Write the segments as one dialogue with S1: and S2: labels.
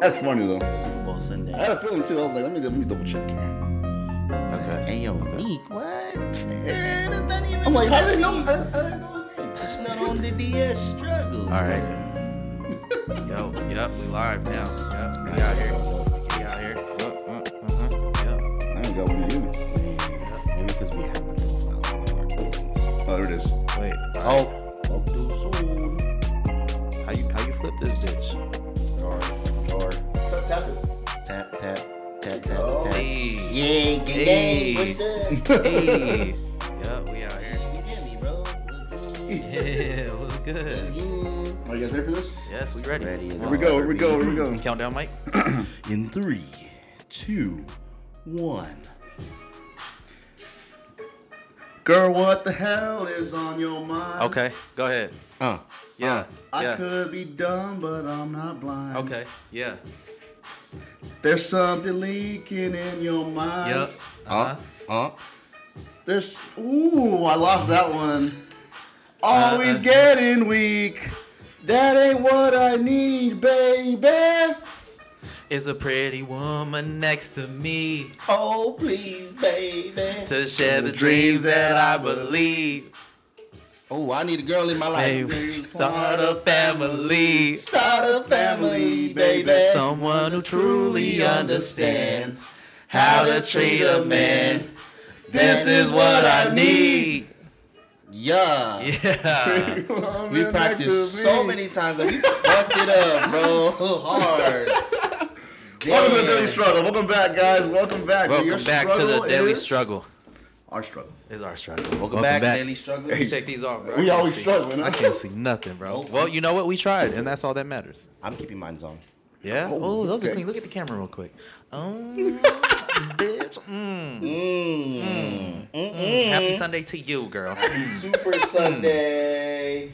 S1: That's funny though.
S2: Super Bowl Sunday.
S1: I had a feeling too. I was like, let me let me double check here.
S2: Okay. And yo, Meek, what?
S1: I'm like, how did they know? How, how did they know his name?
S2: It's not on the DS struggle.
S3: All right. Yo, yep, we live now. Yep, we out here. We out here. Uh, uh, uh-huh. Yep.
S1: I ain't got one of you.
S2: Maybe because we have to
S1: Oh, there it is.
S3: Wait. Oh.
S1: Oh,
S2: go soon.
S3: How you how you flip this bitch?
S1: tap, tap it.
S2: Tap, tap, tap, tap,
S1: Oh.
S2: tap.
S3: Hey.
S2: Yeah, gang, gang. What's up?
S3: Hey. Yep, we out here.
S2: You hear me, bro? What's good?
S3: Yeah, what's
S2: What's
S3: good?
S2: good?
S1: Are you guys ready for this?
S3: Yes, we ready. Mm,
S2: Ready as
S1: Here we go. Here we go. Here we go.
S3: Countdown, Mike.
S2: In three, two, one.
S1: Girl, what the hell is on your mind?
S3: Okay, go ahead.
S2: Uh.
S3: Yeah.
S1: I
S3: yeah.
S1: could be dumb, but I'm not blind.
S3: Okay. Yeah.
S1: There's something leaking in your mind.
S3: Yep.
S2: Uh. Uh.
S3: Uh-huh.
S1: There's. Ooh, I lost that one. Always
S3: Uh, uh.
S1: getting weak. That ain't what I need, baby.
S3: Is a pretty woman next to me
S1: Oh, please, baby.
S3: to share the dreams that I believe.
S2: Oh, I need a girl in my life.
S3: Baby, start a family.
S1: Start a family, baby.
S3: Someone who truly understands how to treat a man. This is what I need.
S2: Yeah.
S3: Yeah.
S2: We practiced so many times and we fucked it up, bro. Hard.
S1: Welcome to the
S2: Damn.
S1: Daily Struggle. Welcome back, guys. Welcome back. Your
S3: Welcome back to the
S1: struggle
S3: daily
S1: is-
S3: struggle.
S1: Our struggle.
S3: Is our struggle.
S2: Welcome, back, Daily Struggle.
S3: You take these off, bro. I
S1: We
S3: can't
S1: always
S3: see.
S1: struggling, huh?
S3: I can't see nothing, bro. Well, you know what? We tried, and that's all that matters.
S2: I'm keeping mine on.
S3: Yeah.
S1: Oh,
S3: Oh, those
S1: okay.
S3: are clean. Look at the camera real quick. Um, bitch. Mm. Mm. Happy Sunday to you, girl.
S2: Super Sunday.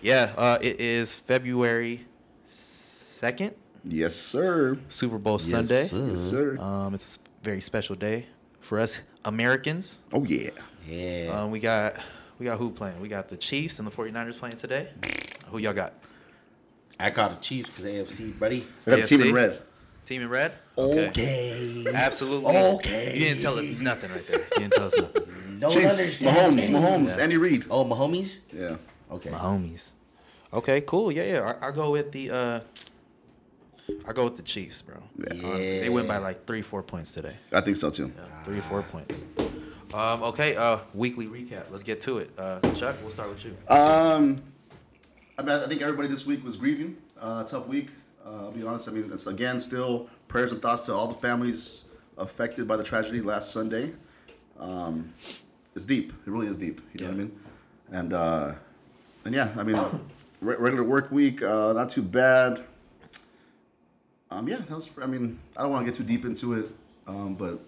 S3: yeah. Uh, it is February second,
S1: Yes, sir.
S3: Super Bowl Sunday.
S1: Yes, sir.
S3: Um, it's a s- very special day for us Americans.
S1: oh, yeah.
S2: Yeah.
S3: Um, we got we got who playing? We got the Chiefs and the 49ers playing today. Who y'all got?
S2: I caught the Chiefs because AFC, buddy.
S1: I got a team in
S3: AFC?
S1: red.
S3: Team in red.
S2: Okay.
S3: Absolutely.
S2: Okay.
S3: You didn't tell us nothing right there. Oh. You didn't tell us nothing.
S2: No
S1: Chiefs,
S2: understanding.
S1: Mahomes, Mahomes, Andy Reid.
S2: Oh, Mahomes?
S1: Yeah.
S2: Okay.
S3: My homies. Okay, cool. Yeah, yeah. I, I go with the uh I go with the Chiefs, bro. Honestly, they went by like three, four points today.
S1: I think so, too.
S3: Yeah, Three, four points. Um, okay, uh, weekly recap. Let's get to it. Uh, Chuck, we'll start with you.
S1: Um, I, mean, I think everybody this week was grieving. Uh, tough week. Uh, I'll be honest. I mean, it's again still prayers and thoughts to all the families affected by the tragedy last Sunday. Um, it's deep. It really is deep. You know what I
S3: Yeah.
S1: mean? And uh, and yeah, I mean, re- regular work week. Uh, not too bad. Um, yeah, that was. I mean, I don't want to get too deep into it. Um, but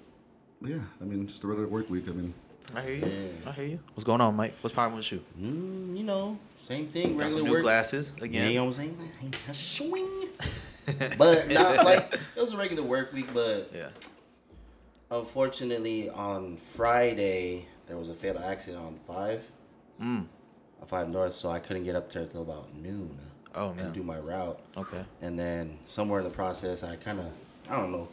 S1: yeah, I mean, just a regular work week. I mean,
S3: I hear you. I hear you. What's going on, Mike? What's popping with you?
S2: Mm, you know, same thing.
S3: Got
S2: Regular
S3: some new
S2: work.
S3: glasses
S2: Yeah,
S3: again.
S2: you know what I'm saying? Ain't that Swing. but not like it was a regular work week, but
S3: Yeah.
S2: unfortunately on Friday there was a fatal accident on five.
S3: Mm.
S2: On five north, so I couldn't get up there till about noon.
S3: Oh, man.
S2: And do my route.
S3: Okay.
S2: And then somewhere in the process I kinda I don't know.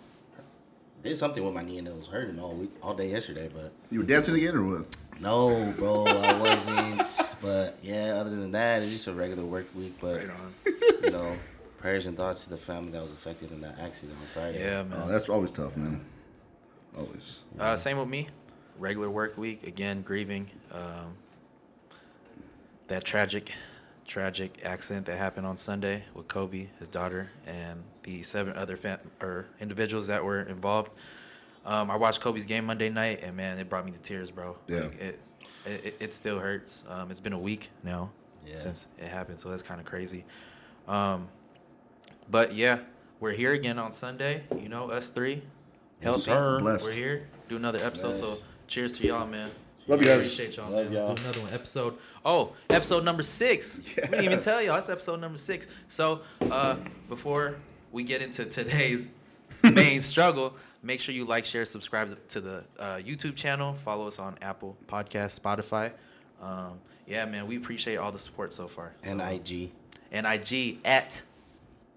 S2: Did something with my knee and it was hurting all week all day yesterday, but
S1: you were dancing again or what?
S2: no, bro, I wasn't. But yeah, other than that, it's just a regular work week. But
S3: Right on.
S2: you know, prayers and thoughts to the family that was affected in that accident on Friday.
S3: Yeah,
S1: Oh,
S3: man.
S1: that's always tough, man. Always.
S3: Uh, same with me. Regular work week again, grieving. Um, that tragic, tragic accident that happened on Sunday with Kobe, his daughter, and the seven other fam- or individuals that were involved. Um, I watched Kobe's game Monday night, and man, it brought me to tears, bro.
S1: Yeah.
S3: Like, it, it it still hurts. Um, it's been a week now
S2: Yeah.
S3: since it happened, so that's kind of crazy. Um, but yeah, we're here again on Sunday. You know, us three, healthy.
S2: sir.
S1: Blessed.
S3: We're here. Do another episode. So
S2: Blessed.
S3: cheers to y'all, man.
S1: Love you guys.
S3: Appreciate y'all,
S2: Love
S3: man. Let's do another one. Episode. Oh, episode number six. We didn't even tell y'all. That's episode number six. So uh, before we get into today's main struggle, make sure you like, share, subscribe to the uh, YouTube channel. Follow us on Apple Podcast, Spotify. Um, yeah, man, we appreciate all the support so far. So-
S2: And IG.
S3: and IG at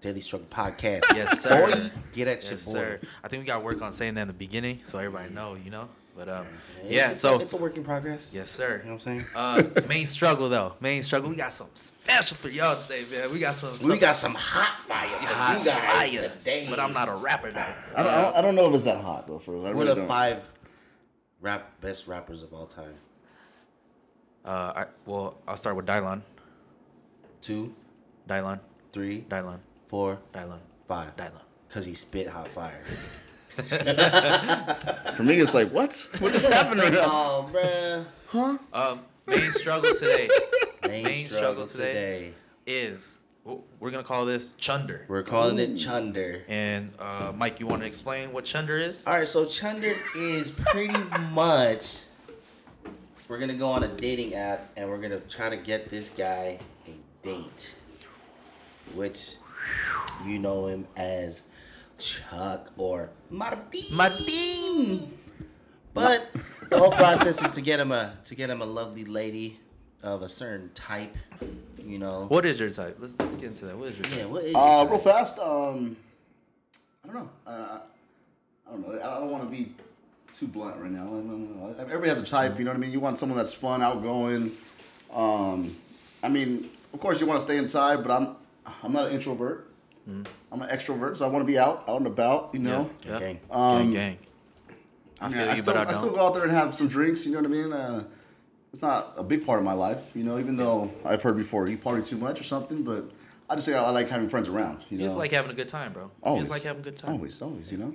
S2: Daily Struggle podcast.
S3: Yes, sir.
S2: Boy, get at your
S3: Yes,
S2: boy.
S3: sir. I think we got to work on saying that in the beginning so everybody know, you know? But, um,
S2: Hey,
S3: yeah,
S2: it's-
S3: so,
S2: it's a work in progress.
S3: yes,
S2: You know
S3: sir.
S2: what I'm saying?
S3: Uh, main struggle, though. Main struggle. We got something special for y'all today, man. We got some.
S2: we got some hot fire. for
S3: hot
S2: you guys
S3: fire,
S2: today.
S3: But I'm not a rapper, though.
S1: I don't, I don't, I don't know if it's that hot though. For real. I
S2: One
S1: really
S2: of
S1: don't.
S2: five rap best rappers of all time.
S3: Uh, I, well, I'll start with Dylon.
S2: Two,
S3: Dylon.
S2: three,
S3: Dylon.
S2: four,
S3: Dylon.
S2: five.
S3: Dylon.
S2: Cause he spit hot fire.
S1: For me, it's like what? What just happened right now?
S2: oh, bruh.
S3: Um, main struggle today
S2: Main,
S3: Main
S2: struggle,
S3: struggle today.
S2: today.
S3: is w- we're going to call this Chunder.
S2: We're calling it Chunder.
S3: And uh, Mike, you want to explain what Chunder is?
S2: All right, so Chunder is pretty much. We're gonna go on a dating app and we're gonna try to get this guy a date, which you know him as Chuck or Martin. Martin. But the whole process is to get him a to get him a lovely lady of a certain type, you know.
S3: What is your type? Let's, let's get into that. What is your type?
S2: Yeah. What is
S1: Uh,
S2: your
S1: real
S2: type?
S1: fast. Um, I don't know. Uh, I don't know. I I don't want to be too blunt right now. I don't know. Everybody has a type. You know what I mean. You want someone that's fun, outgoing. Um, I mean, of course, you want to stay inside, but I'm I'm not an introvert. I'm an extrovert, so I want to be out, out and about. You know.
S3: Yeah.
S2: Okay.
S1: Um,
S3: gang, gang. I
S1: I,
S3: feel
S1: mean, I
S3: you,
S1: still,
S3: but I
S1: I,
S3: don't.
S1: still go out there and have some drinks. You know what I mean? Uh, it's not a big part of my life, you know. Even though I've heard before, you party too much or something. But I just think I, I like having friends around. You
S3: you just
S1: know?
S3: like having a good time, bro. You
S1: always
S3: just like having a good time.
S1: Always, always, you know.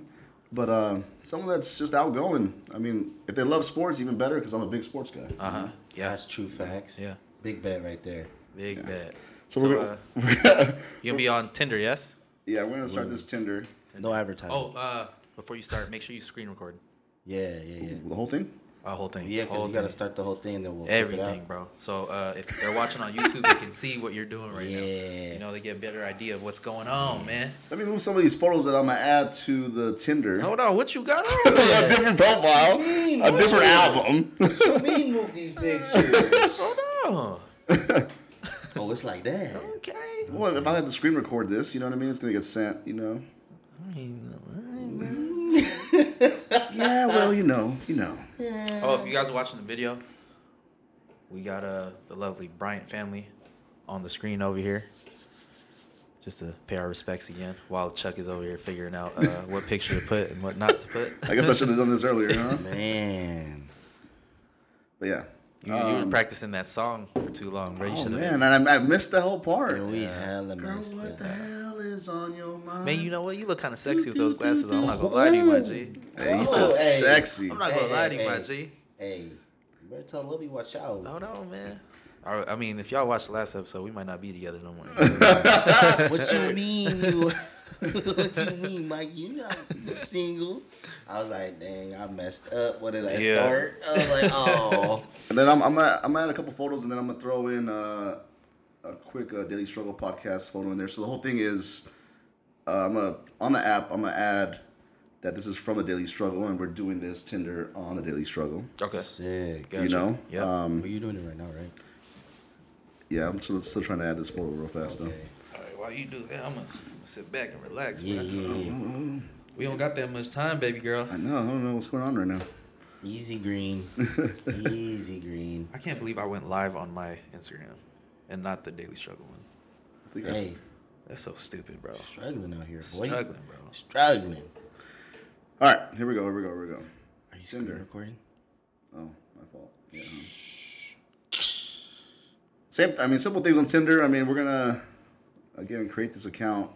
S1: But uh, someone that's just outgoing. I mean, if they love sports, even better because I'm a big sports guy.
S3: Uh huh. Yeah.
S2: That's true facts.
S3: Yeah.
S2: Big bet right there.
S3: Big bet.
S1: So,
S3: So,
S1: we're,
S3: uh,
S1: gonna-
S3: you gonna be on Tinder, yes?
S1: yeah, we're gonna start this Tinder.
S2: No advertising.
S3: Oh, uh, before you start, make sure you screen record
S2: Yeah, yeah, yeah.
S1: The whole thing.
S3: uh, whole thing.
S2: Yeah, because
S3: Whole
S2: you got to
S3: thing.
S2: start the whole thing, then we'll flip it
S3: everything,
S2: out.
S3: bro. So uh, if they're watching on YouTube, they can see what you're doing right now.
S2: Yeah.
S3: You know, they get a better idea of what's going on, man.
S1: Let me move some of these photos that I'm gonna add to the Tinder.
S3: Hold on, what you got? on?
S1: a different profile,
S2: Mean,
S1: a different
S2: what?
S1: album.
S2: So me move these pictures.
S3: Hold
S2: oh, it's like that.
S3: on. Okay.
S1: well, if I had to screen record this, you know what I mean? It's gonna get sent. You know. Yeah. Well, you know, you know.
S3: Oh, if you guys are watching the video, we got uh the lovely Bryant family on the screen over here. Just to pay our respects again, while Chuck is over here figuring out uh, what picture to put and what not to put.
S1: I guess I should have done this earlier, huh?
S2: Man.
S1: But yeah.
S3: You, you were practicing that song for too long, bro. You
S1: Um, Oh
S3: should have.
S1: man, and I, I missed the whole part.
S2: We hella
S1: Girl,
S2: messed
S1: what
S2: up.
S1: the hell is on your mind?
S3: Man, you know what? You look kind of sexy with those glasses on. I'm not gonna lie to you, my G.
S1: Hey, you said
S2: Oh, hey.
S1: sexy.
S3: I'm not gonna
S2: Hey,
S3: lie to you,
S2: hey,
S3: my
S2: hey.
S3: G.
S2: Hey, you better tell Lovey watch out.
S3: Hold on, man. I I mean, if y'all watched the last episode, we might not be together no more. Oh.
S2: What you mean you? what you mean, Mike? You not single? I was like, dang, I messed up. What did I
S3: Yeah.
S2: start? I was like, oh.
S1: And then I'm I'm at, I'm at a couple photos, and then I'm gonna throw in uh, a quick uh, daily struggle podcast photo in there. So the whole thing is, uh, I'm a on the app. I'm gonna add that this is from the daily struggle, and we're doing this Tinder on the daily struggle.
S3: Okay.
S2: Sick.
S3: Gotcha.
S1: You know,
S3: Yeah.
S1: um,
S2: Well, you're doing it right now, right?
S1: yeah. I'm still, still trying to add this photo real fast
S3: Oh.
S1: though.
S3: All right, while you do that, I'm gonna, I'm gonna sit back and relax.
S2: Yeah,
S3: bro.
S2: yeah, yeah.
S3: We don't got that much time, baby girl.
S1: I know. I don't know what's going on right now.
S2: Easy green. Easy green.
S3: I can't believe I went live on my Instagram and not the Daily Struggle one.
S1: I think I-
S2: Hey,
S3: That's so stupid, bro.
S2: struggling out here, boy.
S3: Struggling, bro.
S2: Struggling.
S1: All right, here we go. Here we go. Here we go.
S2: Are you
S1: Tinder.
S2: screen recording?
S1: Oh, my fault. Yeah. Same. I mean, simple things on Tinder. I mean, we're gonna again create this account,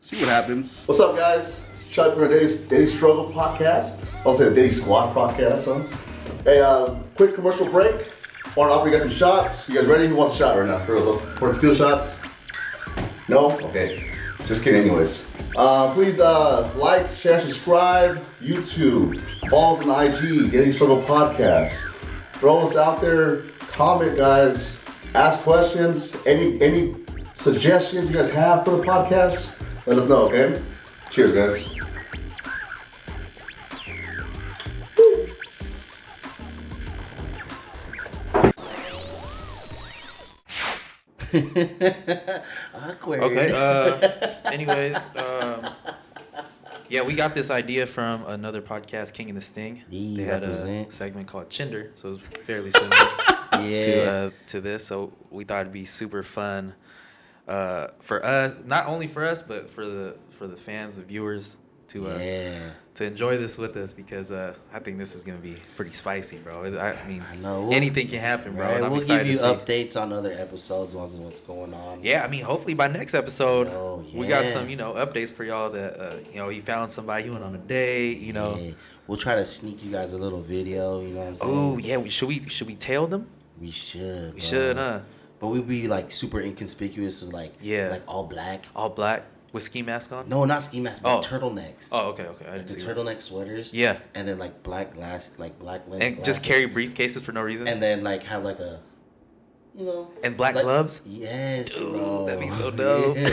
S1: see what happens. What's up, guys? It's Chuck for today's Daily Struggle podcast. I'll say the Daily Squad podcast. Huh? Hey, uh, quick commercial break. Want to offer you guys some shots? You guys ready? Who wants a shot right now? For real, for steel shots. No? Okay. Just kidding, anyways. Uh, please uh, like, share, subscribe, YouTube, Balls and IG, Daily Struggle Podcast. Throw us out there, comment, guys, ask questions, any any suggestions you guys have for the podcast, let us know, okay? Cheers, guys.
S2: Awkward.
S3: Okay. Uh, anyways, um, yeah, we got this idea from another podcast, King and the Sting.
S2: Yeah,
S3: they had a
S2: represent.
S3: segment called Chinder, so it was fairly similar
S2: yeah.
S3: to uh, to this. So we thought it'd be super fun uh, for us, not only for us, but for the for the fans, the viewers to uh,
S2: yeah.
S3: to enjoy this with us because uh, I think this is gonna be pretty spicy, bro. I I mean,
S2: I know. We'll-
S3: anything can happen, bro.
S2: Alright,
S3: and I'm
S2: we'll
S3: excited
S2: give you
S3: to see.
S2: updates on other episodes once what's going on.
S3: Yeah, I mean, hopefully by next episode,
S2: Oh,
S3: we got
S2: yeah.
S3: some, you know, updates for y'all that, uh, you know, he found somebody, he went on a date, you know.
S2: Yeah. We'll try to sneak you guys a little video. You know what I'm saying?
S3: Oh yeah, we, should we should we tail them?
S2: We should. bro.
S3: We should, uh, huh?
S2: But we'd be like super inconspicuous, so, like
S3: Yeah.
S2: like all black.
S3: All black with ski mask on.
S2: No, not ski masks, but
S3: Oh.
S2: turtlenecks.
S3: Oh okay, okay, I
S2: Like
S3: didn't
S2: the
S3: see.
S2: turtleneck sweaters.
S3: Yeah.
S2: And then like black glass, like black lens.
S3: that. And just
S2: glasses.
S3: carry briefcases for no reason.
S2: And
S3: And,
S2: then like have like a, you know.
S3: black
S2: like-
S3: gloves.
S2: Yes,
S3: Dude,
S2: bro.
S3: that'd be so dope.
S2: Yeah.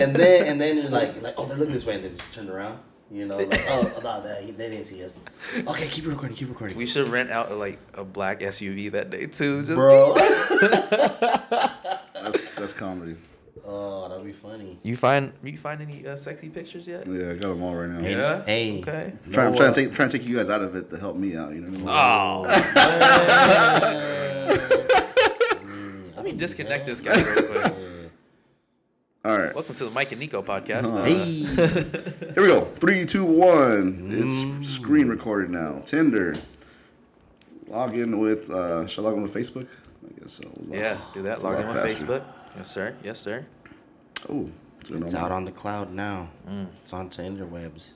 S2: and then and then you're like like oh they're looking this way and they just turned around. You know, like oh no, they, they didn't see us. Okay, keep recording, keep recording.
S3: We should rent out like a black SUV that day too. Just
S2: bro.
S1: That's that's comedy.
S2: oh, that'd be funny.
S3: You find you find any uh, sexy pictures yet?
S1: Yeah, I got them all right now.
S2: Yeah. Hey.
S3: Okay.
S1: I'm trying, I'm trying to take trying to take you guys out of it to help me out. You know. what I mean?
S3: Oh.
S2: Mm,
S3: Let me disconnect this guy real quick.
S1: All right.
S3: Welcome to the Mike and Nico podcast. Uh,
S2: Hey.
S1: Here we go. Three, two, one. It's screen recorded now. Tinder. Log in with. Uh, shall I log in with Facebook? I guess so. Log-
S3: Yeah, do that.
S1: It's a
S3: Log in
S1: lot
S3: on
S1: faster.
S3: Facebook. Yes, sir. Yes, sir.
S1: Oh, it's been
S2: It's
S1: on-
S2: out on the cloud now.
S3: Mm.
S2: It's on to interwebs.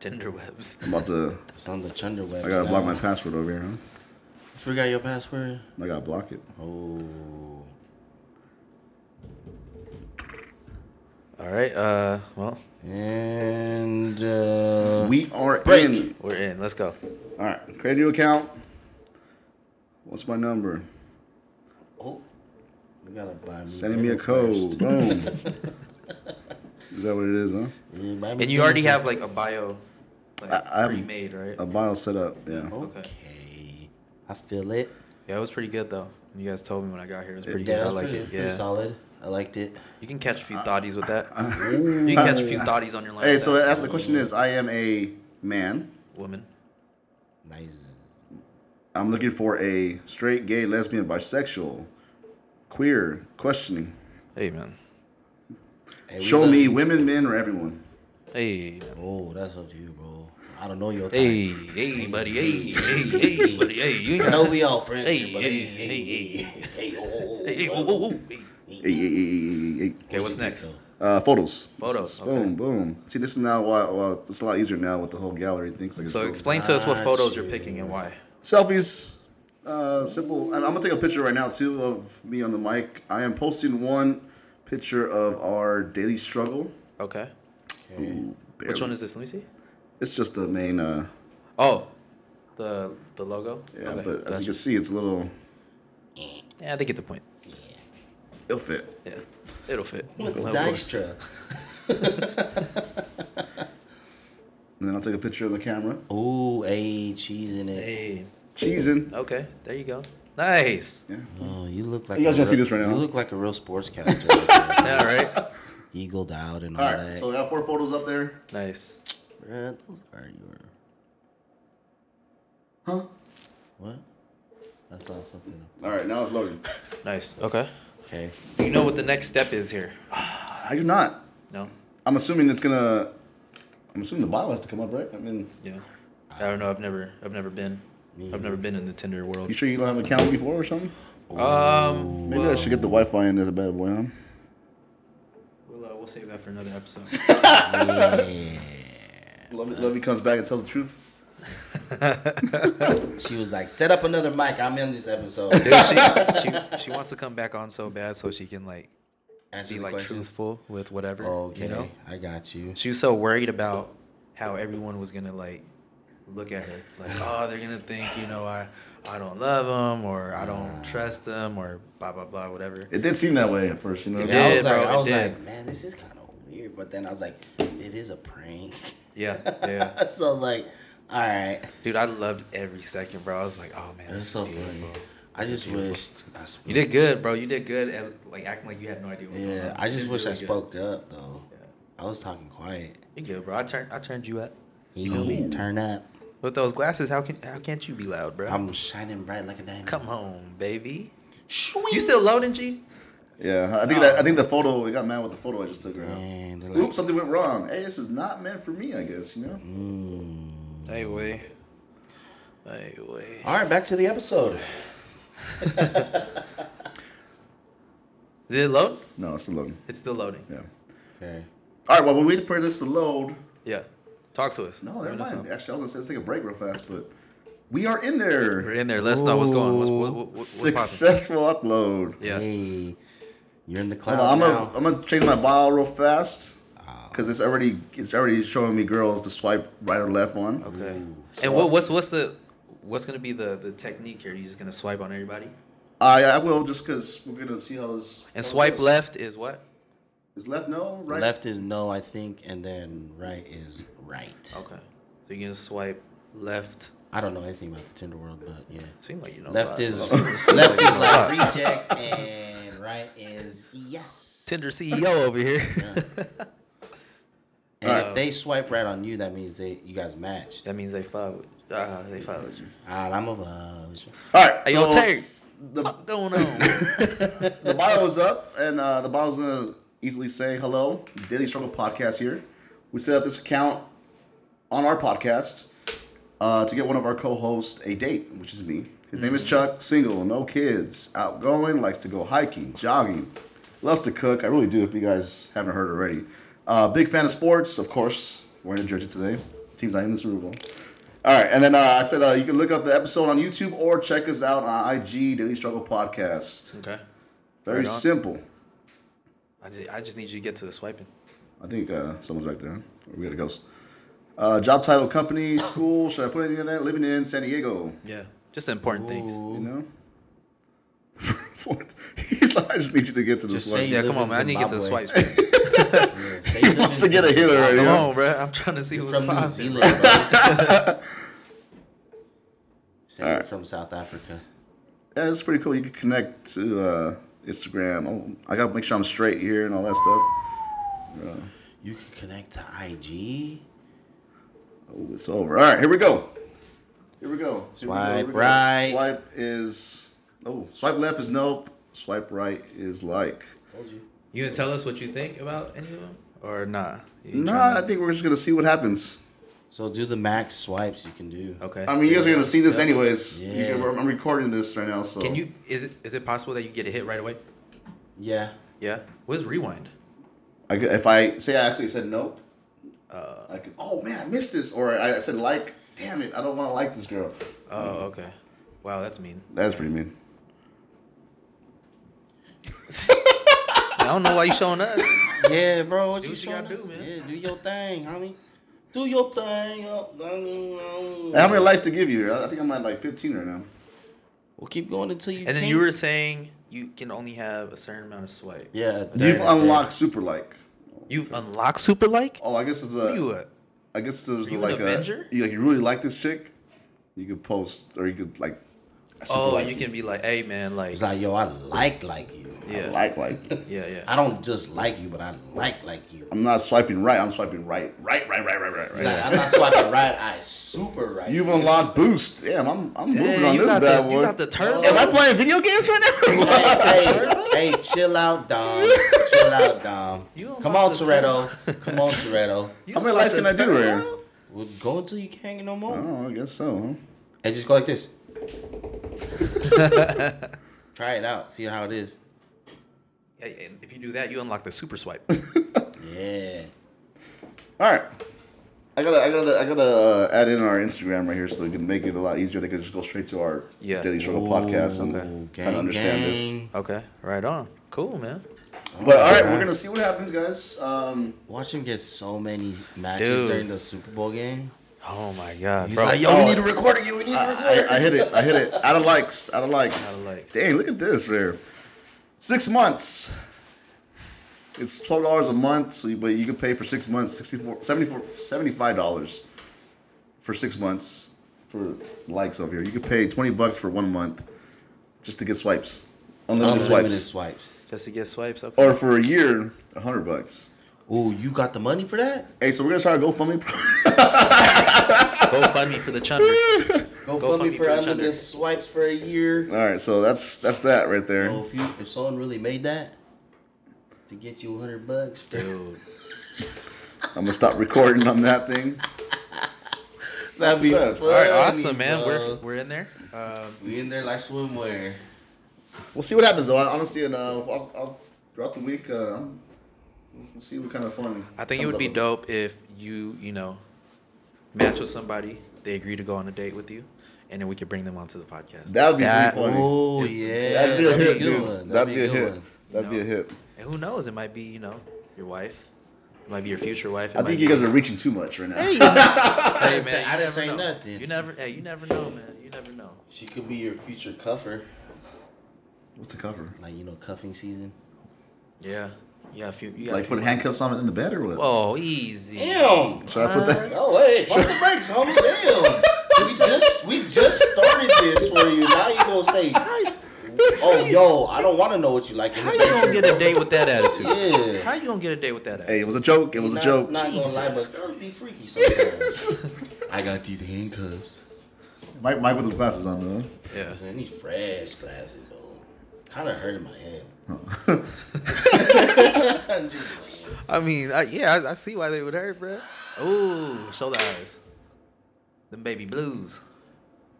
S3: Tinder webs.
S1: I'm about to.
S2: It's on the chunderwebs.
S1: I gotta block
S2: now.
S1: my password over here. Huh?
S2: Forgot your password.
S1: I gotta block it.
S2: Oh.
S3: All right. Uh, well,
S2: And uh,
S1: We are in.
S3: we're in. Let's go.
S1: All right. Create a new account. What's my number?
S2: oh, we gotta buy me.
S1: Sending me a
S2: dinner
S1: code. Boom. Is that what it is, huh?
S2: first. Yeah, buy me
S3: And you already
S2: dinner
S3: have like a bio, like
S1: I- I have-
S3: pre-made, right?
S1: A bio setup. Yeah.
S2: first.
S3: okay.
S2: Okay. I feel it.
S3: Yeah, it was pretty good though. You guys told me when I got here, it was pretty
S2: Yeah,
S3: good. I
S2: that's
S3: liked
S2: pretty,
S3: it.
S2: pretty
S3: Yeah,
S2: solid. I liked it.
S3: you can catch a few thotties with that. You can catch a few thotties on your line.
S1: Hey,
S3: with
S1: so
S3: that.
S1: that's the question is I am a man.
S3: woman.
S2: Nice.
S1: I'm looking for a straight, gay, lesbian, bisexual, queer, questioning.
S3: Hey man.
S2: Hey, we
S1: Show
S2: love
S1: me
S2: you.
S1: women, men, or everyone.
S3: Hey.
S2: Oh, that's up to you, bro. I don't know your type.
S3: Hey, hey, buddy. Hey, hey, hey, buddy. Hey, you ain't
S2: I
S3: got
S2: know we all friends.
S3: Hey,
S2: here, but
S3: hey,
S2: hey, hey, hey, oh,
S3: Hey,
S2: oh,
S3: whoa, whoa, whoa. Hey.
S1: Ay, ay, ay, ay, ay, ay.
S3: Okay, what's
S2: you think,
S3: next?
S2: though?
S1: Uh, photos.
S3: Photos,
S1: Boom, boom. See, this is now why. Well, it's a lot easier now with the whole gallery thing. So,
S3: So explain to us what
S2: Got
S3: photos you're
S2: you.
S3: picking and why.
S1: selfies. Uh, simple. And I'm gonna take a picture right now too of me on the mic. I am posting one picture of our daily struggle.
S3: Okay.
S1: Ooh,
S3: Which one is this? Let me see.
S1: It's just the main. Uh,
S3: Oh, the the logo.
S1: yeah,
S3: Okay,
S1: but as
S3: gotcha.
S1: you can see, it's a little.
S3: yeah, they get the point.
S1: It'll fit.
S3: Yeah, it'll fit.
S2: What's
S3: Of course.
S2: Dijkstra?
S1: And then I'll take a picture of the camera.
S2: Ooh, hey, cheese in it.
S3: Hey,
S1: Cheesing.
S3: okay, there you go. Nice.
S1: Yeah.
S2: Oh, you look like
S1: You guys
S2: a
S1: don't see
S2: real-
S1: this right now,
S2: You
S1: huh?
S2: look like a real sportscaster.
S3: All right.
S2: Eagled out and all,
S1: All
S2: that.
S1: right. So I got four photos up there.
S3: Nice.
S2: Bruh, those are your.
S1: Huh?
S2: What? I saw something.
S1: All right. Now it's loading.
S3: Nice. Okay.
S2: Okay.
S3: Do you know what the next step is here?
S1: I do not.
S3: No.
S1: I'm assuming it's gonna. I'm assuming the bio has to come up, right? I mean,
S3: Yeah. I don't know. I've never. I've never been. I've never been in the Tinder world.
S1: you sure you don't have an account before or something?
S3: Um.
S1: Maybe I should get the Wi-Fi in as a bad boy, huh?
S3: We'll, uh, we'll save that for another episode.
S1: Lovey, Lovey comes back and tells the truth.
S2: She was like, set up another mic. I'm in this episode.
S3: Dude, she, she she wants to come back on so bad so she can like
S2: Answer
S3: be
S2: the
S3: like
S2: question.
S3: truthful with whatever.
S2: Okay.
S3: You know.
S2: I got you.
S3: She was so worried about how everyone was gonna like look at her, like, oh, they're gonna think, you know, I, I don't love them or I
S2: Mm.
S3: don't trust them or blah blah blah, whatever.
S1: It did seem that way at first, you know.
S3: It
S2: Yeah, I
S3: did,
S2: was like,
S3: bro,
S2: I
S3: it
S2: was
S3: did.
S2: like, man, this is kind of weird. But then I was like, it is a prank.
S3: Yeah, yeah,
S2: so I was like, all right.
S3: dude, I loved every second, bro. I was like, oh man,
S2: That's
S3: this
S2: so
S3: is beautiful.
S2: funny. I just
S3: beautiful.
S2: wished. I sp-
S3: You did good, bro. You did good at like acting like you had no idea. What was going
S2: yeah,
S3: on.
S2: I
S3: You
S2: just
S3: did
S2: wish I
S3: really good.
S2: spoke up though.
S3: Yeah.
S2: I was talking quiet.
S3: You good, bro? I turned I turned you up.
S2: You know me, turn up.
S3: With those glasses, how can how can't you be loud, bro?
S2: I'm shining bright like a diamond.
S3: Come on, baby. You still loading, G?
S1: Yeah, I think that I think the photo. It got mad with the photo I just took. Right?
S2: Man, they're like,
S1: Oops, something went wrong. Hey, this is not meant for me. I guess you know.
S3: Anyway. Anyway.
S2: All right, back to the episode.
S3: Did it load?
S1: No, it's alone.
S3: It's still loading.
S1: Yeah.
S2: Okay.
S1: All right. Well, we wait for this to load.
S3: Yeah. Talk to us.
S1: No,
S3: Let
S1: never
S3: me know
S1: mind.
S3: something.
S1: Actually, I was gonna say let's take a break real fast, but we are in
S3: We're
S1: there.
S3: in there. Let us know what's going on. What's, what, what, what's poppin'?
S1: Successful upload.
S3: Yeah.
S2: Hey, you're in the cloud
S3: Oh,
S1: Hold on, I'm
S2: now.
S1: gonna I'm gonna change my bio real fast because it's already it's already showing me girls to swipe right or left on.
S3: Okay.
S1: So
S3: And what, what's what's the what's gonna be the, the technique here? You just gonna swipe on everybody?
S1: I I will just because we're gonna see how this. how
S3: And
S1: this
S3: swipe
S1: goes.
S3: left is what?
S1: Is left no right?
S2: Left is no, I think, and then right is right.
S3: Okay. So you're gonna swipe left.
S2: I don't know anything about the Tinder world, but yeah.
S3: Seem like you know. a
S2: Left
S3: lot.
S2: is
S3: Seem
S2: left
S3: you
S2: is
S3: know a
S2: like
S3: lot.
S2: reject, and right is yes.
S3: Tinder CEO over here.
S2: And
S3: Alright.
S2: if they swipe right on you, that means they you guys matched.
S3: that means they followed. Uh, they followed you.
S2: Ah, I'm a vouch.
S1: All
S2: Mm-hmm.
S1: right.
S3: Hey, yo, Uh,
S1: so
S3: Terry.
S1: The,
S3: What's going on?
S1: the bio is up, and uh, the bio's gonna easily say hello. Daily Struggle Podcast here. We set up this account on our podcast uh, to get one of our co-hosts a date, which is me. His name is Chuck. Single, no kids, outgoing, likes to go hiking, jogging, loves to cook. I really do. If you guys haven't heard already, uh, big fan of sports, of course. We're in Georgia today. Team's not in the Super Bowl. All right, and then uh, I said uh, you can look up the episode on YouTube or check us out on IG Daily Struggle Podcast.
S3: okay.
S1: Very
S3: Right on.
S1: simple.
S3: I just, I just need you to get to the swiping.
S1: I think uh, someone's back there. Or we got a ghost. Uh, job title, company, school. Should I put anything in there? Living in San Diego.
S3: Yeah. Just the important things.
S1: You know. Fourth. He's like, I just need you to get to this
S2: Just
S1: one.
S2: say-
S3: Yeah, come
S2: live
S3: on, man. I
S2: in
S3: need to get to the
S2: Zimbabwe.
S3: swipes. man.
S1: He wants to get a hit already.
S3: Come
S1: Yeah.
S3: on, bro. I'm trying to see
S2: You're
S3: what's
S2: from New
S3: possible.
S2: Zealand, bro. Say you're from South Africa.
S1: Yeah, it's pretty cool. You can connect to uh, Instagram. Oh, I gotta make sure I'm straight here and all that stuff.
S2: You can connect to IG.
S1: Oh, it's over. All right, here we go. Here we go. Here we go, here we
S2: Swipe
S1: go.
S2: right.
S1: Swipe is. Oh, swipe left is nope. Swipe right is like.
S3: You gonna tell us what you think about any of them or not? You
S1: Nah,
S3: tryna-
S1: I think we're just gonna see what happens.
S2: So do the max swipes you can do.
S3: Okay.
S1: I mean, you guys are gonna see this anyways.
S2: Yeah.
S1: You can- I'm recording this right now, so
S3: Can you? Is it is it possible that you get a hit right away?
S2: Yeah.
S3: Yeah. What is rewind?
S1: I could, if I say I actually said nope,
S3: Uh.
S1: I could. Oh man, I missed this, or I I said like. Damn it, I don't want to like this girl.
S3: Oh, okay. Wow, that's mean.
S1: That's pretty mean.
S3: I don't know why you showing us.
S2: Yeah, bro. What
S3: Do
S2: you,
S3: what you gotta
S2: showing
S3: do,
S2: up?
S3: man.
S2: Yeah, do your thing, homie. Do your thing. uh, Up.
S1: How many likes to give you? I I think I'm at like 15 right now.
S2: We'll keep going until you.
S3: And then
S2: can't.
S3: you were saying you can only have a certain amount of swipe.
S2: Yeah.
S1: You've
S2: there,
S1: unlocked super like.
S3: You've unlocked super like.
S1: Oh, I guess it's
S3: What are you
S1: a.
S3: a
S1: I guess there's
S3: you an
S1: like a.
S3: Avenger?
S1: You, like you really like this chick, you could post or you could like. I super
S3: Oh,
S1: like
S3: you can be like, hey man, like,
S2: It's like, yo, I like like you.
S1: I
S3: yeah,
S1: like like. you.
S3: yeah, yeah.
S2: I don't just like you, but I like like you.
S1: I'm not swiping right. I'm swiping right, right, right, right, right, right,
S2: It's
S1: right.
S2: like, I'm not swiping right. I super right.
S1: You've unlocked boost. Damn, I'm I'm moving on
S3: you,
S1: this
S3: got
S1: bad
S3: the,
S1: boy.
S3: you got the turn.
S1: Am I playing video games right now?
S2: hey, hey, hey, chill out, Dom. chill out, Dom.
S3: You don't
S2: Come
S3: like
S2: on,
S3: the
S2: Toretto. Come on, Toretto.
S3: You
S1: How many
S3: got
S1: likes
S3: the
S1: can I do
S3: turn
S1: right here?
S3: up?
S2: We'll go until you can't get no more.
S1: Oh, I guess so.
S2: And just go like this. Try it out. See how it is.
S3: Hey, and If you do that, you unlock the super swipe.
S2: Yeah.
S1: All right. I gotta, I gotta, I gotta uh, add in our Instagram right here so we can make it a lot easier. They can just go straight to our
S3: Yeah.
S1: Daily Struggle podcast and
S2: Okay.
S1: kind of understand this.
S3: okay, right on. Cool, man.
S1: But all right, we're gonna see what happens, guys. Um,
S2: Watch him get so many matches
S3: Dude.
S2: during the Super Bowl game.
S3: Oh my god,
S2: He's
S3: bro.
S2: like, yo,
S1: oh,
S2: we need to record again. We need to record.
S1: I, I hit it, I hit it. Out of likes, out of likes.
S3: Out of likes.
S1: Dang, look at this there. Six months. It's twelve dollars a month, so you, but you can pay for six months, 64 74 75 dollars for six months for likes over here. You could pay twenty bucks for one month. just to get swipes, unlimited
S2: Unlimited
S1: swipes,
S2: swipes.
S3: Just to get swipes. Okay.
S1: or for a year, a hundred bucks.
S2: Ooh, you got the money for that?
S1: Hey, so we're gonna try a GoFundMe.
S3: Go fund me for the chunder.
S2: Go,
S3: Go
S2: fund me for
S3: each
S2: unlimited
S3: other.
S2: swipes for a year.
S1: All right, so that's that's that right there.
S2: So if you if someone really made that to get you 100 bucks for
S3: Dude.
S1: I'm gonna stop recording on that thing.
S2: that'd be
S1: bad.
S2: funny,
S3: All right, awesome, man.
S2: bro.
S3: We're we're in there. Um,
S2: we in there like swimwear.
S1: We'll see what happens though. Honestly, and uh, I'll, I'll, throughout the week, uh, I'm- we'll see what kind of fun.
S3: I
S1: comes
S3: think it would
S1: up
S3: be
S1: with
S3: dope if you you know match with somebody. They agree to go on a date with you, and then we could bring them onto the podcast.
S1: That would be
S3: That-
S1: pretty funny.
S2: Oh
S3: It's-
S2: yeah,
S1: That'd be a hit,
S2: good
S1: dude.
S2: one.
S1: That'd, be, a, hit.
S2: one.
S1: That'd be a
S3: No.
S1: hit.
S3: And who knows? It might be you know your wife. It might be your future wife. It
S1: I
S3: might
S1: think
S3: be-
S1: you guys are reaching too much right now.
S2: I
S3: Hey,
S2: didn't say,
S3: man,
S2: I
S3: you
S2: didn't
S3: never
S2: say
S3: know.
S2: nothing.
S3: You never. Hey, you never know, man. You never know.
S2: She could be your future cuffer.
S1: What's a cover?
S2: Like you know, cuffing season.
S3: Yeah. Yeah. If you, you got a
S1: Like
S3: few
S1: put
S3: months.
S1: handcuffs on it in the bed or what?
S3: Oh, easy.
S2: Damn.
S1: Should
S3: uh,
S1: I put that?
S2: No way. Pump the brakes, homie. Damn. We just we just started this for you. Now you gonna say, oh yo, I don't want to know what you like in the
S3: How you gonna
S2: bedroom.
S3: get a date with that attitude?
S2: Yeah.
S3: How you gonna get a date with that attitude?
S1: Hey, it was a joke. It was
S2: not,
S1: a joke.
S2: Not gonna lie,
S3: Jesus.
S2: but girls be freaky sometimes. I got these handcuffs.
S1: Mike, Mike with his glasses on though.
S3: Yeah.
S2: Man, these fresh glasses, though. Kind of hurting my head.
S3: I mean, I, yeah, I, I see why they would hurt, bro. Ooh, shoulder eyes. Them baby blues.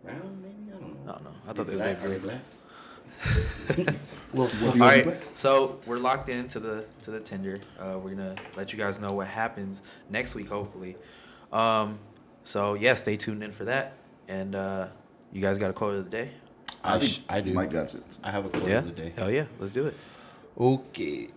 S2: Brown, maybe? I don't
S3: I
S2: know.
S3: don't know. I thought they were
S2: Black, are they
S3: baby blue.
S2: black? Wolf, wolf.
S3: All right, so we're locked into the to the Tinder. Uh, we're gonna let you guys know what happens next week, hopefully. Um, so yeah, stay tuned in for that. And uh, you guys got a quote of the day?
S2: I,
S1: think
S2: sh- I do.
S1: Mike got it.
S2: I have a quote
S3: Yeah.
S2: of the day.
S3: Hell yeah, let's do it.
S2: Okay.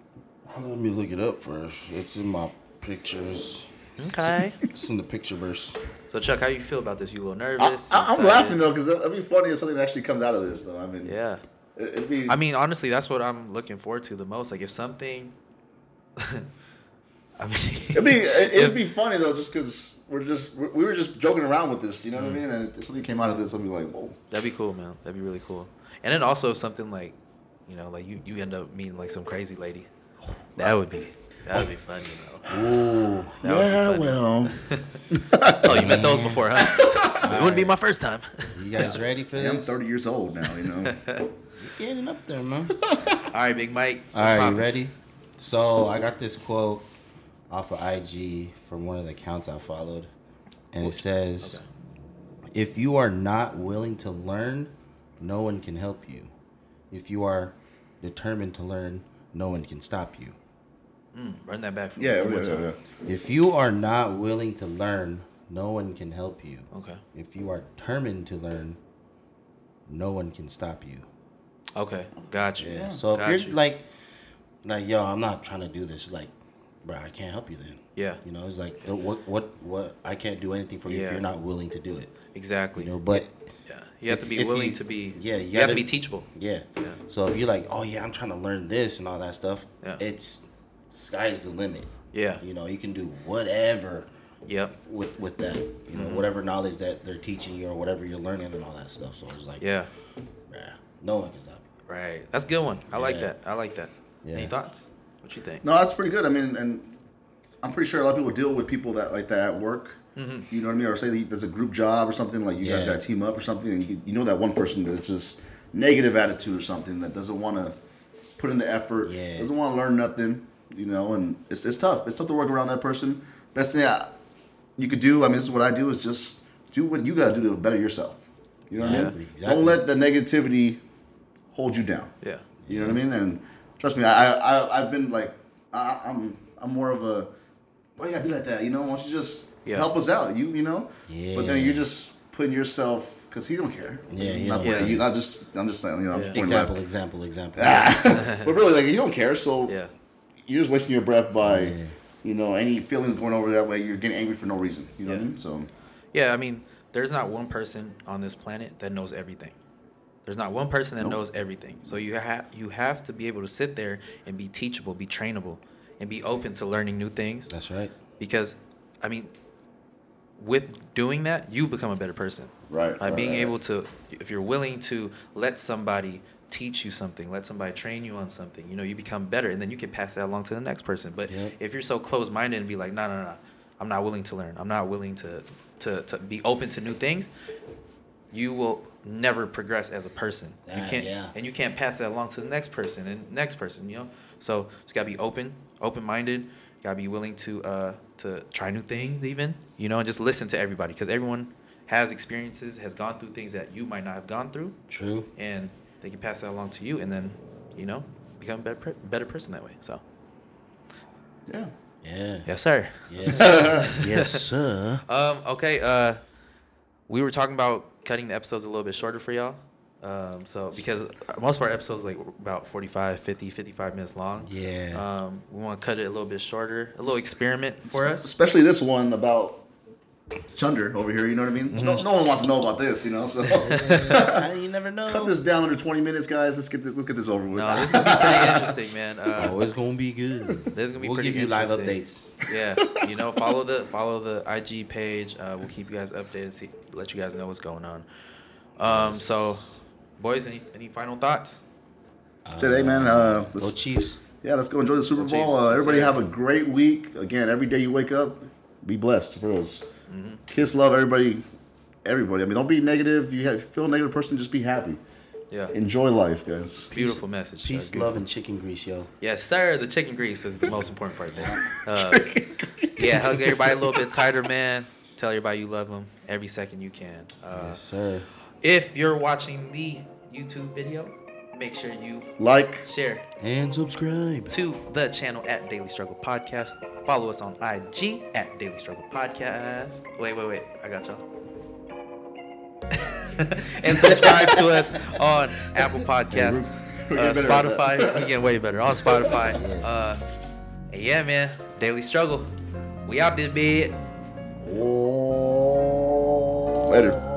S2: Let me look it up first. It's in my pictures.
S3: Okay.
S2: It's in the picture verse.
S3: so Chuck, how you feel about this? You a little
S1: I,
S3: nervous?
S1: I, I'm
S3: excited?
S1: laughing though because that'd be funny if something actually comes out of this though. I mean,
S3: Yeah.
S1: it, it'd be.
S3: I mean, honestly, that's what I'm looking forward to the most. Like, if something, I mean,
S1: It'd be it- it'd be funny though, just because we're just we we were just joking around with this, you know what I mean? And if something came out of this, I'd be like, whoa.
S3: that'd be cool, man. That'd be really cool. And then also if something like, you know, like you you end up meeting like some crazy lady. That would be that would be fun, you know.
S2: Ooh.
S3: That would be funny.
S1: well.
S3: Oh, you met those before, huh? it wouldn't be my first time.
S2: You guys ready for
S1: I'm
S2: this?
S1: 30 years old now, you know.
S2: Getting up there, man.
S3: All right, Big Mike.
S2: All right, you
S3: poppin'?
S2: ready? So I got this quote off of IG from one of the accounts I followed, and it says, "If you are not willing to learn, no one can help you. If you are determined to learn, no one can stop you.
S3: Mm, Run that back. For me
S1: yeah,
S3: one
S1: yeah,
S3: more
S1: yeah,
S3: time.
S1: yeah.
S2: If you are not willing to learn, no one can help you.
S3: Okay.
S2: If you are determined to learn, no one can stop you."
S3: Okay. Got you.
S2: Yeah. So if
S3: Got
S2: you're
S3: you.
S2: like, like yo, I'm not trying to do this. Like, bro, I can't help you then.
S3: Yeah.
S2: You know, it's like the- what what what I can't do anything for you
S3: Yeah.
S2: if you're not willing to do it.
S3: exactly.
S2: You know, but
S3: yeah. You have
S2: if-
S3: to be
S2: if
S3: willing
S2: you-
S3: to be.
S2: yeah, you
S3: You, have
S2: gotta-
S3: to be teachable.
S2: yeah.
S3: Yeah.
S2: So if you're like, oh yeah, I'm trying to learn this and all that stuff,
S3: Yeah.
S2: it's sky's the limit.
S3: Yeah.
S2: You know, you can do whatever
S3: Yep.
S2: with with that. You
S3: Mm-hmm.
S2: know, whatever knowledge that they're teaching you or whatever you're learning and all that stuff. So it's like,
S3: Yeah.
S2: bruh, no one can stop you.
S3: Right. That's a good one. I like
S2: Yeah.
S3: that. I like that. Any
S2: Yeah.
S3: thoughts? What you think?
S1: No, that's pretty good. I mean, and I'm pretty sure a lot of people deal with people that like that at work. You know what I mean? Or say that there's a group job or something like you guys
S2: Mm-hmm. Yeah.
S1: got to team up or something, and you, you know that one person that's just negative attitude or something that doesn't want to put in the effort,
S2: Yeah.
S1: doesn't want to learn nothing. You know, and it's it's tough. It's tough to work around that person. Best thing I, you could do. I mean, this is what I do is just do what you got to do to better yourself. You know what I mean?
S2: Exactly, exactly.
S1: Don't let the negativity hold you down.
S3: Yeah.
S1: You know what I mean? And trust me, I, I I've been like, I, I'm I'm more of a, why you gotta be like that? You know, why don't you just
S3: Yeah.
S1: help us out? You you know? But then
S2: Yeah.
S1: you're just putting yourself because he don't care.
S2: Yeah, he
S1: not
S2: don't
S1: pointing at
S3: care.
S1: you. Not just I'm just saying. You know, I'm just pointing at-
S2: Example, example, example.
S1: but really, like he don't care. So
S3: Yeah.
S1: you're just wasting your breath by, you know, any feelings going over that way. You're getting angry for no reason. You know what I
S3: Yeah.
S1: mean? So
S3: Yeah, I mean, there's not one person on this planet that knows everything. There's not one person that
S1: Nope.
S3: knows everything. So you have you have to be able to sit there and be teachable, be trainable, and be open to learning new things
S2: That's right.
S3: because I mean with doing that, you become a better person.
S1: Right,
S3: By
S1: right,
S3: being
S1: right,
S3: able to, if you're willing to let somebody teach you something, let somebody train you on something, you know, you become better, and then you can pass that along to the next person. But
S2: Yep.
S3: if you're so closed minded and be like, no, no, no, I'm not willing to learn. I'm not willing to to to be open to new things. You will never progress as a person. You
S2: Ah,
S3: can't,
S2: yeah.
S3: and you can't pass that along to the next person and next person. You know, so just gotta be open, open minded. Gotta be willing to uh to try new things, even you know, and just listen to everybody because everyone has experiences, has gone through things that you might not have gone through,
S2: True.
S3: and they can pass that along to you, and then you know, become a better per- better person that way. So
S1: Yeah.
S2: Yeah.
S3: yes, sir.
S2: Yes. yes, sir.
S3: Um, okay, uh, we were talking about cutting the episodes a little bit shorter for y'all. Um, so because most of our episodes like about 45, 50, 55 minutes long.
S2: Yeah.
S3: Um, we want to cut it a little bit shorter, a little experiment for us.
S1: Especially this one about Chunder over here, you know what I mean?
S3: Mm-hmm.
S1: No, no one wants to know about this, you know, so
S2: I- you never know.
S1: cut this down under 20 minutes, guys. Let's get this let's get this over with.
S3: No, this is gonna be pretty interesting, man. Uh,
S2: Oh, it's gonna be good.
S3: this is gonna be
S2: we'll
S3: pretty
S2: give you live updates.
S3: interesting. Yeah, you know, follow the follow the IG page. Uh, we'll keep you guys updated. See, let you guys know what's going on. Um, so, boys, any any final thoughts?
S1: Ah, Today, man, uh,
S2: Go
S1: let's,
S2: Chiefs.
S1: yeah, let's go enjoy the Super
S3: Go
S1: Bowl.
S3: Chiefs.
S1: Uh,
S3: Let's
S1: everybody
S3: say it.
S1: have a great week. Again, every day you wake up, be blessed for us.
S3: Mm-hmm.
S1: Kiss, love everybody, everybody. I mean, don't be negative. You have, feel a negative person, just be happy.
S3: Yeah,
S1: Enjoy life, guys.
S3: beautiful message. uh,
S2: Peace,
S3: beautiful.
S2: love, and chicken grease, yo.
S3: Yes, sir. The chicken grease is the most important part there. Uh, yeah, hug everybody a little bit tighter, man. Tell everybody you love them every second you can. Uh,
S2: Yes, sir.
S3: if you're watching the YouTube video, make sure you
S1: Like,
S3: share
S2: And subscribe.
S3: to the channel at Daily Struggle Podcast. Follow us on IG at Daily Struggle Podcast. Wait, wait, wait. I got y'all. and subscribe to us on Apple Podcasts,
S1: we're
S3: uh,
S1: getting better at
S3: Spotify. We get way better on Spotify. Uh, and yeah, man. Daily Struggle. We out this bed.
S1: later.